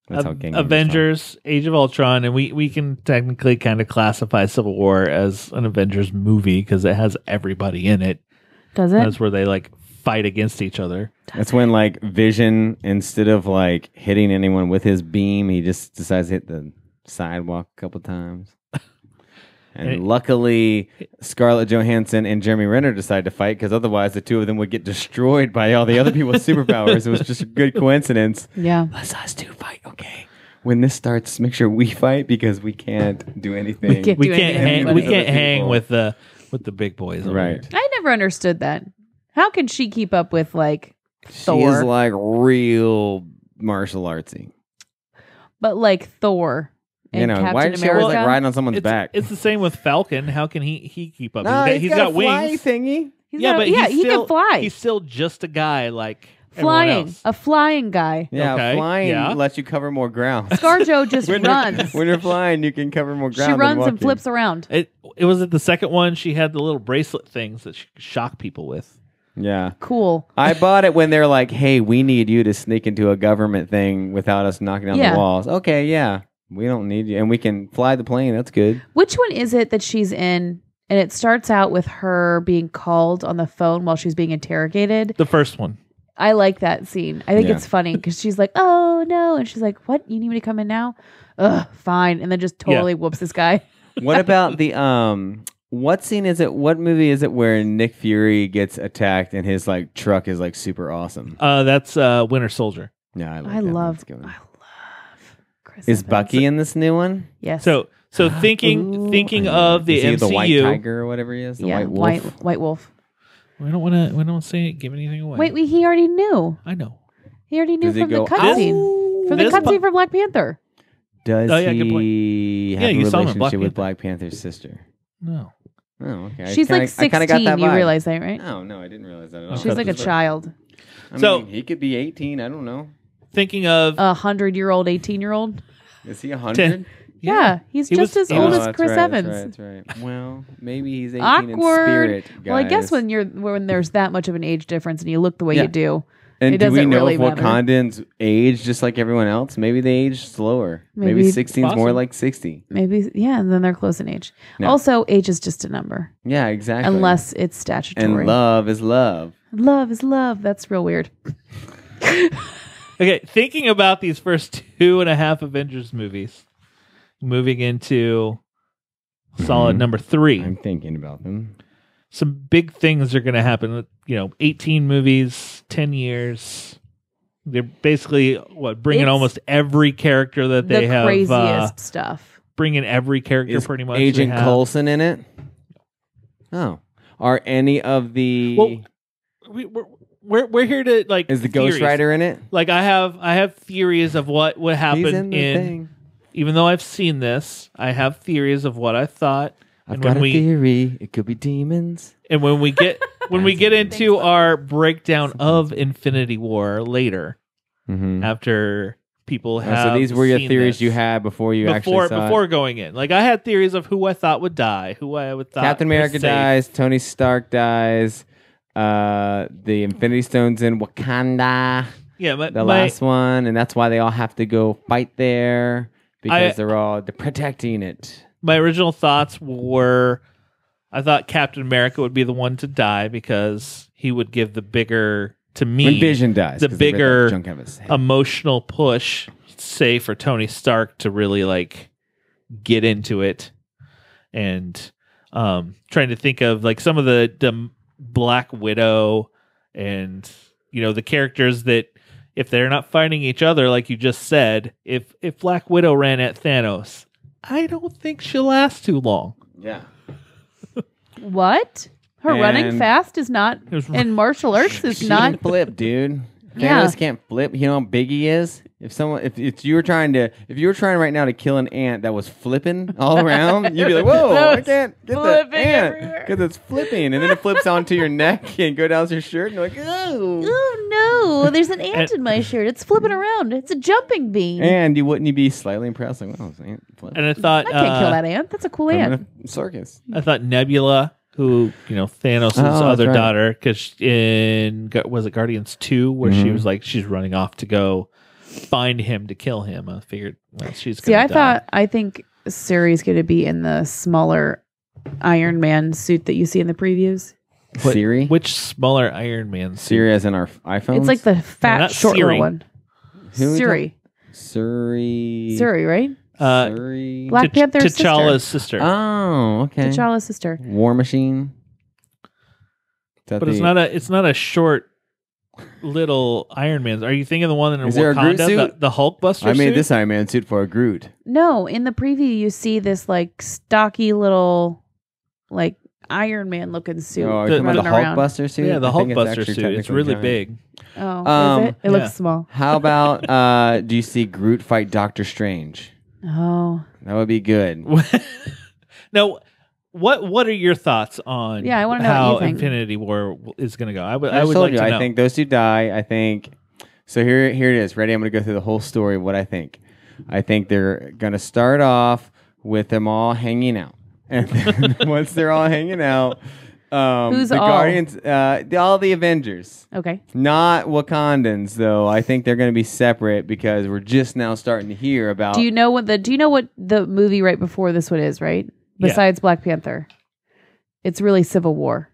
That's how
Av-
gang members
Avengers, Age of Ultron, and we we can technically kind of classify Civil War as an Avengers movie because it has everybody in it.
no, does it?
That's where they like fight against each other.
talk. That's when like Vision, instead of like hitting anyone with his beam, he just decides to hit the sidewalk a couple times. And
Hey.
luckily, Scarlett Johansson and Jeremy Renner decide to fight because otherwise, the two of them would get destroyed by all the other people's superpowers. It was just a good coincidence.
Yeah,
Let's us two fight, okay? When this starts, make sure we fight because we can't do anything.
can't
We
do
can't
anything
hang,
with
we
other
can't hang
people.
with the with the big boys, over
Right.
here.
I never understood that. How can she keep up with like,
She
Thor.
is like real martial artsy.
but like Thor and
you know,
Captain
why is she always
America?
like riding on someone's
It's,
back?
it's the same with Falcon. How can he he keep up?
No,
he's got, he's got
a
wings.
fly thingy.
He's
yeah,
got a-
but
yeah,
he's
he
still-
can fly.
He's still just a guy like everyone
flying,
else.
a flying guy.
Yeah,
Okay,
flying
yeah.
lets you cover more ground.
Scarjo just
when, You're,
runs.
when you're flying, you can cover more ground.
she
than
runs
walking.
and flips around.
It it was at the second one. She had the little bracelet things that she could shock people with.
Yeah.
Cool.
I bought it when they're like, "Hey, we need you to sneak into a government thing without us knocking down
Yeah.
the walls." Okay, yeah, we don't need you, and we can fly the plane. That's good.
Which one is it that she's in? And it starts out with her being called on the phone while she's being interrogated.
The first one.
I like that scene. I think
Yeah.
it's funny because she's like, "Oh no," and she's like, "What? You need me to come in now?" Ugh, fine. And then just
Yeah.
totally whoops this guy.
What about the um? What scene is it? What movie is it where Nick Fury gets attacked and his like truck is like super awesome?
Uh, that's uh, Winter Soldier.
Yeah, I, like
I
that one.
love.
That's a good
I
one.
love. Chris
Is
Evans.
Bucky in this new one?
Yes.
So so thinking
Ooh.
thinking
I know.
of the
Is he
MCU.
the White Tiger or whatever he is, the
yeah,
White Wolf.
White, White Wolf.
we don't want to. We don't say give anything away.
Wait, we, he already knew.
I know.
He already knew
Does he
from the
go,
cutscene.
"Ow"?
From the
This
cutscene
po-
from Black Panther.
Does
Oh, yeah, good point.
he have
Yeah,
a
you saw him in
relationship
Black
with
Panther.
Black Panther's sister?
No.
Oh, okay. I
She's
kinda-
like
I kinda got
sixteen.
that
You
vibe. Oh,
realize that, right?
No, no, I didn't realize that at all.
She's like a
Just
child,
I
So-
mean, he could be 18. I don't know.
Thinking of
Oh, a hundred year old, eighteen year old.
Is he 100?
Yeah, he's
He
just
was-
as
he
Oh,
old
was-
as Chris
right,
Evans.
That's right, that's right. Well, maybe he's 18
Awkward.
in spirit. Guys.
Well, I guess when you're when there's that much of an age difference and you look the way
Yeah.
you do,
and
it
do we
doesn't
know
really
if
matter.
Wakandans age just like everyone else? Maybe they age slower. Maybe
Maybe-
16 is more
Possible.
like 60.
maybe yeah, and then they're close in age.
No.
Also, age is just a number,
Yeah, exactly.
unless it's
and
statutory.
love is love.
Love is love. That's real weird.
Okay, thinking about these first two and a half Avengers movies, moving into solid
Mhm.
number three.
I'm thinking about them.
Some big things are going to happen. You know, 18 movies, 10 years. They're basically what bringing
It's
almost every character that they
the
have.
craziest
Uh,
stuff.
bringing every character
Is
pretty much. they
Agent
have.
Coulson in it? Oh. Are any of the
Well, We, we're, we're we're here to like
is the
theories.
Ghost Rider in it?
Like I have I have theories of what would happen
He's in the
in
thing.
even though I've seen this, I have theories of what I thought.
I've
and
got
when
a
we-
theory. It could be demons.
And when we get when we
That's
get
a good
thing.
into our breakdown of Infinity War later,
Mm-hmm. Oh,
after people have
Uh, so these were your
seen
theories
this,
you had before you
before
actually saw it.
before going in. Like I had theories of who I thought would die, who I would thought
Captain
was
America
safe.
dies. Tony Stark dies. Uh, the Infinity Stones in Wakanda.
Yeah, my,
The
my-
last one, and that's why they all have to go fight there because
I-
they're all they're protecting it.
my original thoughts were I thought Captain America would be the one to die because he would give the bigger to
When
me
Vision dies,
the
'cause they ripped that
bigger, Uh,
junk out of his head.
emotional push say for Tony Stark to really like get into it and um trying to think of like some of the, the Black Widow and you know the characters that if they're not fighting each other like you just said if if Black Widow ran at Thanos I don't think she'll last too long.
yeah,
What? Her running
And-
fast is not
It was-
in martial arts is
she
not
can flip, dude.
Yeah.
Thanos can't flip. You know how big he is. If someone, if, if you were trying to, if you were trying right now to kill an ant that was flipping all around, you'd be like, "Whoa,
That
I
was
can't get that
flipping
ant
everywhere.
because it's flipping," and then it flips onto your neck and go down your shirt, and you're like, "Oh!"
Oh no, there's an ant
And-
in my shirt. It's flipping around. It's a jumping bean.
And you wouldn't you be slightly impressed? Like, "Wow, this ant flipped."
And I thought
I can't
uh,
kill that ant. That's a cool
I'm in
ant.
a circus.
I thought Nebula, who you know Thanos'
Oh, that's
other
right.
daughter, because in Gu- was it Guardians Two where she
Mhm.
was like she's running off to go find him to kill him. I figured well, she's
See,
gonna
I
die.
thought I think Suri's going to be in the smaller Iron Man suit that you see in the previews.
What-
Siri,
which smaller Iron Man. suit?
Siri as in our iPhones.
It's like the fat,
not
shorter
Siri.
one.
Who are we
Siri,
Siri.
Suri, right?
Uh,
Siri.
Black
T'Ch-
Panther's
T'Challa's sister,
Oh, okay.
T'Challa's sister.
War Machine.
but it's not a it's not a short little Iron Man. Are you thinking the one in
Is there a
Wakanda,
Groot
the,
suit?
the Hulkbuster?
I made
suit?
this Iron Man suit for a Groot.
No, in the preview you see this like stocky little, like Iron Man looking suit.
Oh, are you
The-
talking about the
running around.
Hulkbuster suit?
Yeah, the
I think it's
Hulkbuster
actually
suit. It's
technically
really
giant.
big.
Oh,
Um,
is it? It
yeah.
looks small.
How about uh, do you see Groot fight Doctor Strange?
Oh,
That would be good.
now, what what are your thoughts on
Yeah, I wanna know what
how
you think.
Infinity War w- is going to go? I would
I,
I,
just
would
told
like
you.
to know.
I think those two die. I think. So here, here it is. Ready? I'm going to go through the whole story. of What I think. I think they're going to start off with them all hanging out, and then once they're all hanging out, um,
Who's
the
all?
Guardians, uh, the- all the Avengers,
okay.
not Wakandans though. I think they're going to be separate because we're just now starting to hear about.
Do you know what the Do you know what the movie right before this one is? Right,
Yeah.
besides Black Panther, it's really Civil War.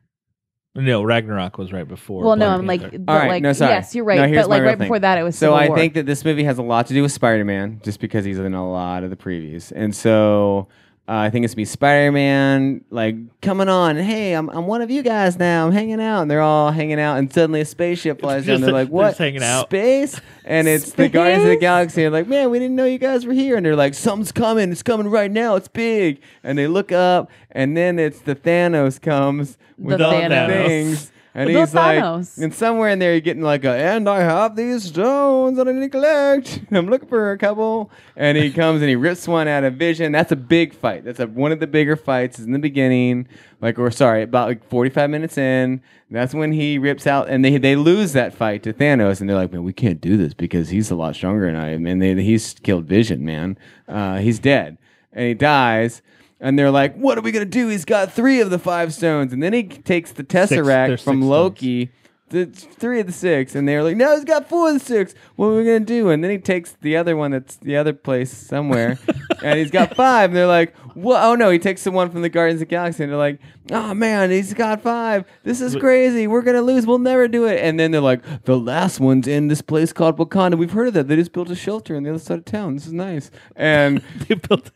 no Ragnarok was right before.
well, no,
Black
I'm
Panther.
like, but
All right,
like,
no, sorry.
yes, you're right.
No, here's
but
my
like right
real thing.
before that, it was
so
Civil
I
War.
think that this movie has a lot to do with Spider-Man, just because he's in a lot of the previews, and so uh, I think it's gonna be Spider-Man like coming on. Hey, I'm I'm one of you guys now. I'm hanging out, and they're all hanging out, and suddenly a spaceship flies down.
just-
They're like,
they're
"What?
just hanging out."
Space?" And it's the Guardians of the Galaxy. And like, man, we didn't know you guys were here. And they're like, "Something's coming. It's coming right now. It's big." And they look up, and then it's the Thanos comes with
The
all the
Thanos.
things. And
The
he's like,
Thanos.
and somewhere in there, you're getting like a, and I have these stones that I need to collect. I'm looking for a couple. And he comes and he rips one out of vision. That's a big fight. That's a, one of the bigger fights is in the beginning. Like, or sorry, about like 45 minutes in. That's when he rips out, and they, they lose that fight to Thanos. And they're like, man, we can't do this because he's a lot stronger than I am. And they, he's killed Vision, man. Uh, he's dead. and he dies. And they're like, "What are we gonna do? He's got three of the five stones." And then he takes the tesseract
there's
from
six
Loki, the three of the six, and they're like, "No, he's got four of the six. What are we gonna do?" And then he takes the other one that's the other place somewhere, and he's got five. And they're like, "What? Oh no!" He takes the one from the Guardians of the Galaxy, and they're like, "Oh man, he's got five. This is crazy. We're gonna lose. We'll never do it." And then they're like, "The last one's in this place called Wakanda. We've heard of that. They just built a shelter on the other side of town. This is nice." And
They built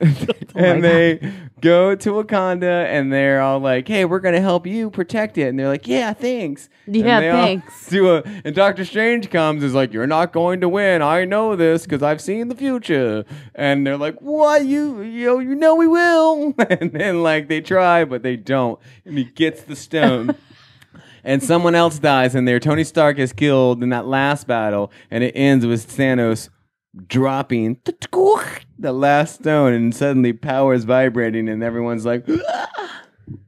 and they go to Wakanda and they're all like, "Hey, we're gonna help you protect it," and they're like, "Yeah, thanks." And
Yeah,
they all
thanks.
Do a and Doctor Strange comes is like, "You're not going to win. I know this because I've seen the future." And they're like, "What? You you you know we will." And then like they try, but they don't, and he gets the stone. and someone else dies in there. Tony Stark is killed in that last battle, and it ends with Thanos dropping the last stone, and suddenly power is vibrating, and everyone's like, "Ah!"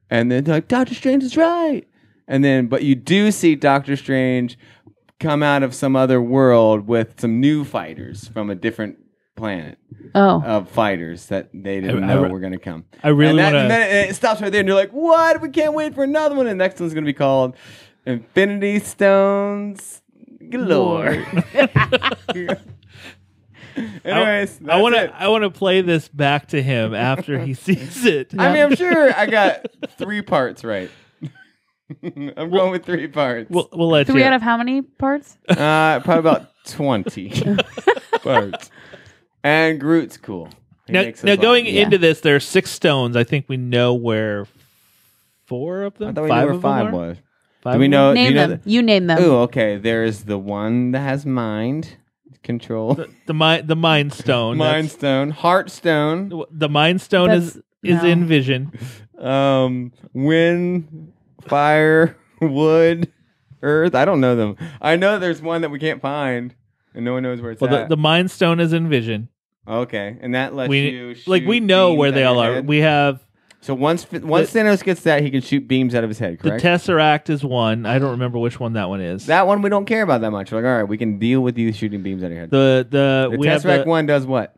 and then they're like Doctor Strange is right, and then but you do see Doctor Strange come out of some other world with some new fighters from a different planet
Oh,
of fighters that they didn't
I- I
know
re-
were going to come.
I really
And that-
wanna-
and then it- it stops right there, and you're like, "What? We can't wait for another one." And the next one's going to be called Infinity Stones Galore. Anyways,
I want
to.
to I want to play this back to him after he sees it.
I mean, I'm sure I got three parts right. I'm going with three parts.
we'll, we'll let
three
you.
out of how many parts?
uh, probably about twenty parts. And Groot's cool. He
now,
makes us
now
laugh.
going
Yeah.
into this, there are six stones. I think we know where four of them,
I thought we
five
knew where
of them
five
are?
was.
Five
Do we
of
know? do
name
you know
them. you name them.
The, ooh, okay. There's the one that has mind control,
them? the mind the mind stone?
mind stone, heart stone,
That's- the mind stone is
That's-
is
no.
in vision.
um, wind, fire, wood, earth. I don't know them. I know there's one that we can't find, and no one knows where it's
Well, the,
at.
the mind stone is in vision.
okay, and that lets
We
you
like we
shoot
know
beams
where they
at
all
your
are.
head.
We have
so once fi- once Thanos gets that, he can shoot beams out of his head. Correct.
the tesseract is one. I don't remember which one that one is.
that one we don't care about that much. We're like, all right, we can deal with you shooting beams out of your head.
the the,
the
we have
Tesseract
the,
one does what?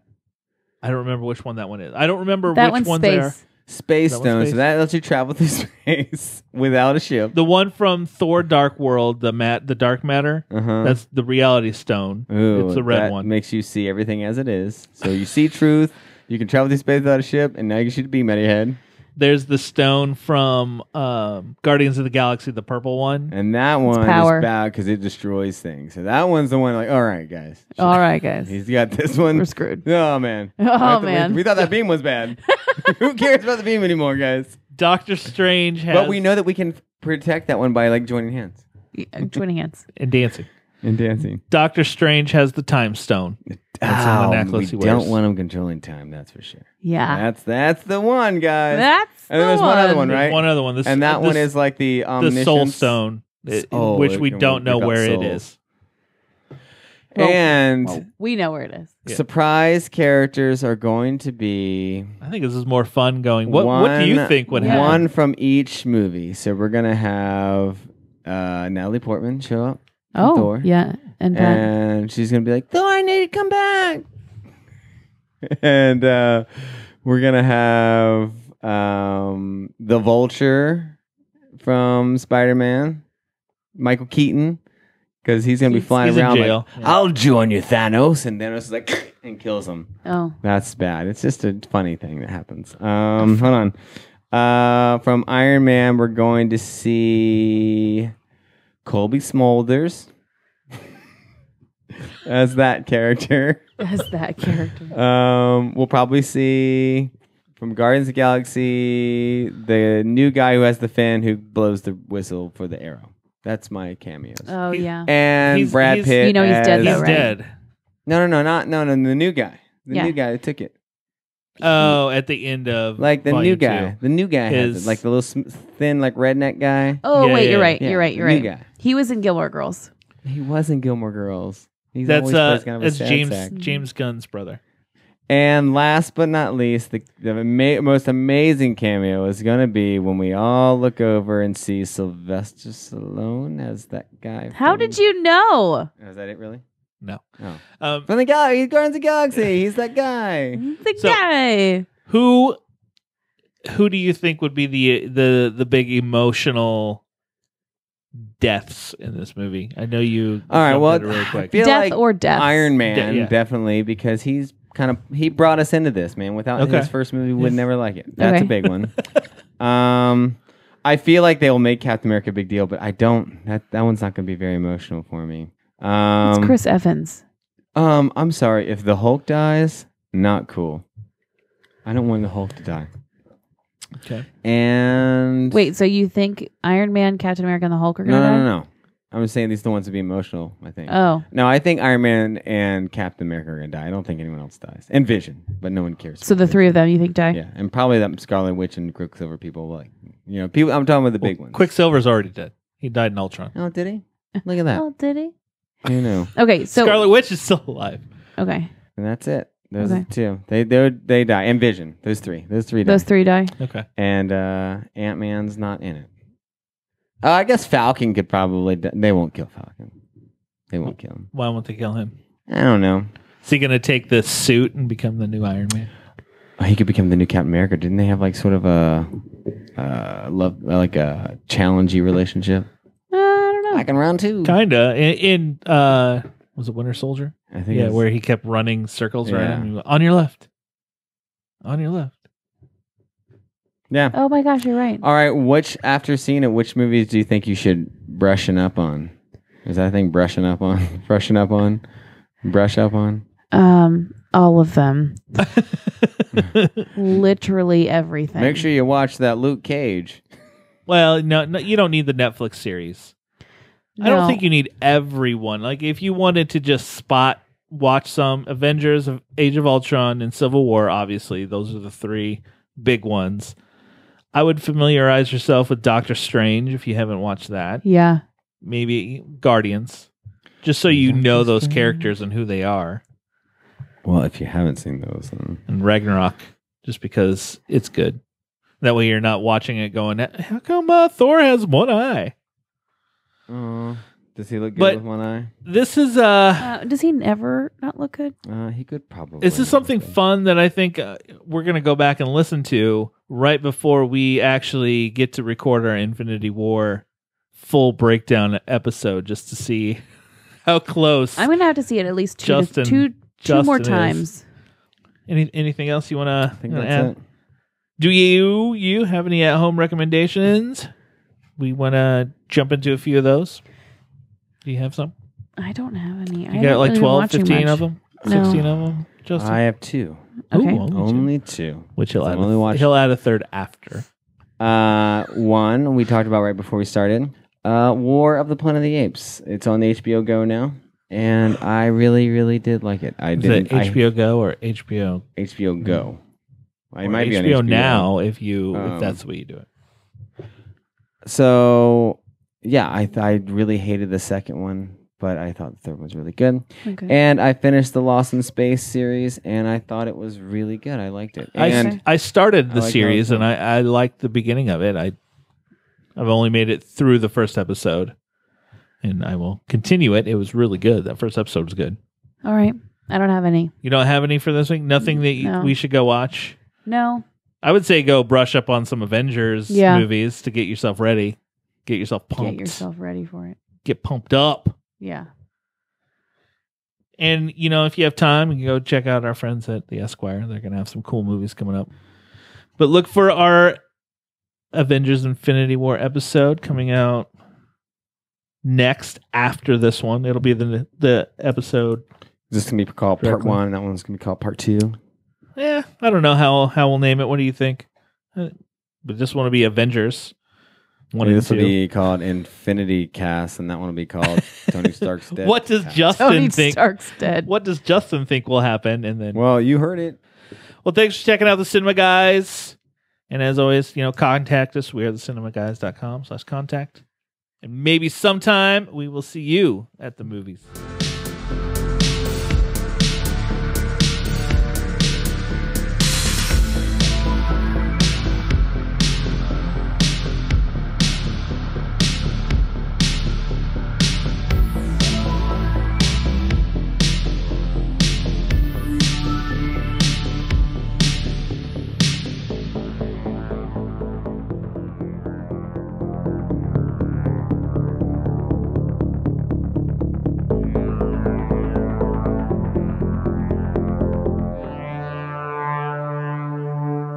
I don't remember which one that one is. I don't remember
that
which
one's
ones they are.
space.
Space
That one's
Stone.
space.
So that lets you travel through space without a ship.
The one from Thor: Dark World, the mat, the dark matter.
Uh huh.
That's the reality stone. it's the red one.
Makes you see everything as it is. So you see truth. You can travel through space without a ship, and now you can shoot a beam out of your head.
There's the stone from um, Guardians of the Galaxy, the purple one.
And that one
power.
is bad because it destroys things. So that one's the one like, all right, guys,
All right, guys,
he's got this one.
Oh. we're screwed.
Oh man.
Oh,
I have to
man.
wait. We thought that beam was bad. Who cares about the beam anymore, guys?
Doctor Strange has
But we know that we can protect that one by like joining hands
Yeah, uh, Joining hands.
and dancing.
and dancing.
Doctor Strange has the time stone. That's on the
Ow,
necklace
we
he wears.
don't want him controlling time. That's for sure.
Yeah,
That's that's the one, guys.
that's
and
the
then there's one other one,
There's
right?
One other one. This,
and that
this-
one is like the omniscience.
the Soul Stone,
This-
it-
oh,
which
it
we
can
don't know
pick up
where
souls.
it is.
Well,
and
Well, we know where it is.
Oh, Yeah.
surprise characters are going to be
I think this is more fun. Going. What What do you
one-
think would
Yeah.
happen?
One from each movie. So we're gonna have uh, Natalie Portman show up. from
Oh,
Thor.
yeah, and Pat.
and she's gonna be like, "Thor, I need to come back." and uh, we're gonna have um, the Vulture from Spider Man, Michael Keaton, because he's gonna be
He's-
flying
he's in
around. like,
jail. Yeah.
I'll join you, Thanos, and Thanos is like, and kills him.
oh,
That's bad. It's just a funny thing that happens. Um, hold on. Uh, from Iron Man, we're going to see Colby Smolders as that character.
that's that character.
Um, we'll probably see from Guardians of the Galaxy the new guy who has the fin who blows the whistle for the arrow. That's my cameos.
Oh, yeah.
and
He's-
Brad
he's-
Pitt.
You know he's dead
as-
He's
though, right?
dead.
No, no, no, not no, no. The new guy. The
Yeah.
new guy that took it.
Oh, at the end of
Like the new
volume
guy.
two.
The new guy has
is-
it. Like the little sm- thin, like redneck guy.
Oh,
Yeah,
wait,
yeah,
you're
yeah.
right.
Yeah,
You're right. You're
the
right.
new guy.
He was in Gilmore Girls.
He was in Gilmore Girls. He's
That's
always
uh,
plays kind of a
that's
sad
James
sack.
James Gunn's brother.
And last but not least, the, the ama- most amazing cameo is going to be when we all look over and see Sylvester Stallone as that guy.
How
from-
did you know?
Oh, Is that it really?
No.
Oh.
Um,
From the guy, he's Guardians of the Galaxy. He's that guy.
The
So-
guy.
Who who do you think would be the the the big emotional deaths in this movie? I know you.
All right,
jumped
well,
at it really
I
quick.
feel
death
like
or death.
Iron Man,
De- yeah.
definitely, because he's kind of he brought us into this man. Without
Okay.
his first movie, we would never like it. That's
Okay.
a big one. um, I feel like they will make Captain America a big deal, but I don't. That that one's not going to be very emotional for me. Um,
It's Chris Evans.
Um, I'm sorry if the Hulk dies. Not cool. I don't want the Hulk to die.
Okay.
And
Wait, so you think Iron Man, Captain America, and the Hulk are
no,
going to
no,
die?
no, no. I'm just saying these are the ones to be emotional. I think.
Oh,
No, I think Iron Man and Captain America are gonna die. I don't think anyone else dies. And Vision, but no one cares.
so
about
the three
Vision.
of them you think die?
Yeah, and probably that Scarlet Witch and Quicksilver people. Like, you know, people. I'm talking about the big
Well,
ones.
Quicksilver's already dead. He died in Ultron.
Oh, did he? Look at that.
Oh, did he?
Who knew?
Okay, so
Scarlet Witch is still alive.
okay,
And that's it. Those
Okay.
are the two. They they they die. And Vision. Those three. Those three. Die.
those three die.
Okay.
and uh, Ant Man's not in it. Uh, I guess Falcon could probably. d they won't kill Falcon. They won't kill him.
Why won't they kill him?
I don't know.
Is he going to take this suit and become the new Iron Man?
Oh, he could become the new Captain America. Didn't they have like sort of a uh, love, like a challengey relationship?
Uh, I don't know.
Like in round two.
Kinda. In, in uh, was it Winter Soldier?
I think.
Yeah,
it's-
where he kept running circles
Yeah.
around him. on your left, on your left.
yeah.
Oh my gosh, you're right.
All right. Which after seeing it, which movies do you think you should brushing up on? Is that a thing brushing up on? brushing up on? Brush up on?
Um, all of them, literally everything.
Make sure you watch that Luke Cage.
well, no, no, you don't need the Netflix series. I
No.
don't think you need everyone. Like, if you wanted to just spot watch some Avengers, Age of Ultron, and Civil War, obviously those are the three big ones. I would familiarize yourself with Doctor Strange if you haven't watched that.
Yeah,
Maybe Guardians, just so you
Doctor
know those
Strange.
characters and who they are.
Well, if you haven't seen those, then
and Ragnarok just because it's good. That way you're not watching it going, how come uh, Thor has one eye?
Oh, does he look good
But-
with one eye?
This is uh,
uh, does he never not look good?
Uh, he could probably.
this is something fun that I think uh, we're gonna go back and listen to right before we actually get to record our Infinity War full breakdown episode, just to see how close.
I'm gonna have to see it at least two, to-
Justin-
two, two
Justin
more
is.
times.
Any, anything else you wanna,
I think
wanna
that's
add?
it.
Do you you have any at home recommendations? We want to jump into a few of those. Do you have some?
I don't have any.
You got like 12, 15 of them,
No.
16 of them? Justin?
I have two.
Okay.
Ooh, only two.
Only two.
Which he'll
I've
add,
only
a,
watched-
he'll add a third after.
Uh, one we talked about right before we started. Uh, War of the Planet of the Apes. It's on HBO Go now, and I really, really did like it. I
Is it
did
HBO Go or HBO?
I, HBO Go. I
or
might be
HBO,
on HBO
now if you
Um,
if that's the way you do it.
So yeah, I I really hated the second one, but I thought the third one was really good.
Okay.
And I finished the Lost in Space series, and I thought it was really good. I liked it.
I,
And
s- I started
I
the
like that
series
one.
and I I liked the beginning of it. I I've only made it through the first episode, and I will continue it. It was really good. That first episode was good.
All right. I don't have any.
You don't have any for this week? Nothing that you
Mm, No.
we should go watch?
No.
I would say go brush up on some Avengers
Yeah.
movies to get yourself ready. Get yourself pumped.
Get yourself ready for it.
Get pumped up.
Yeah.
And, you know, if you have time, you can go check out our friends at the Esquire. They're going to have some cool movies coming up. But look for our Avengers Infinity War episode coming out next after this one. It'll be the the episode.
this is gonna be called part
Directly.
one, and that one's gonna be called part two.
Yeah, I don't know how how we'll name it. What do you think? Uh, But just want to be Avengers. One and
this will
two.
be called Infinity Cast, and that one will be called Tony Stark's Dead.
what does
Cast.
Justin
Tony
think?
Oh, Stark's dead.
What does Justin think will happen? And then, well,
Well, you heard it.
thanks for checking out the Cinema Guys. And as always, you know, contact us. We are the cinemaguys.com slash contact. And maybe sometime we will see you at the movies.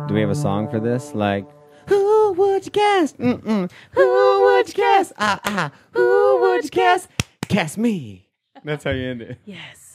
Do we have a song for this? Like, who would you cast? Mm-mm. Who would you cast? Ah, ah. Who would you cast? Cast me. That's how you end it.
Yes.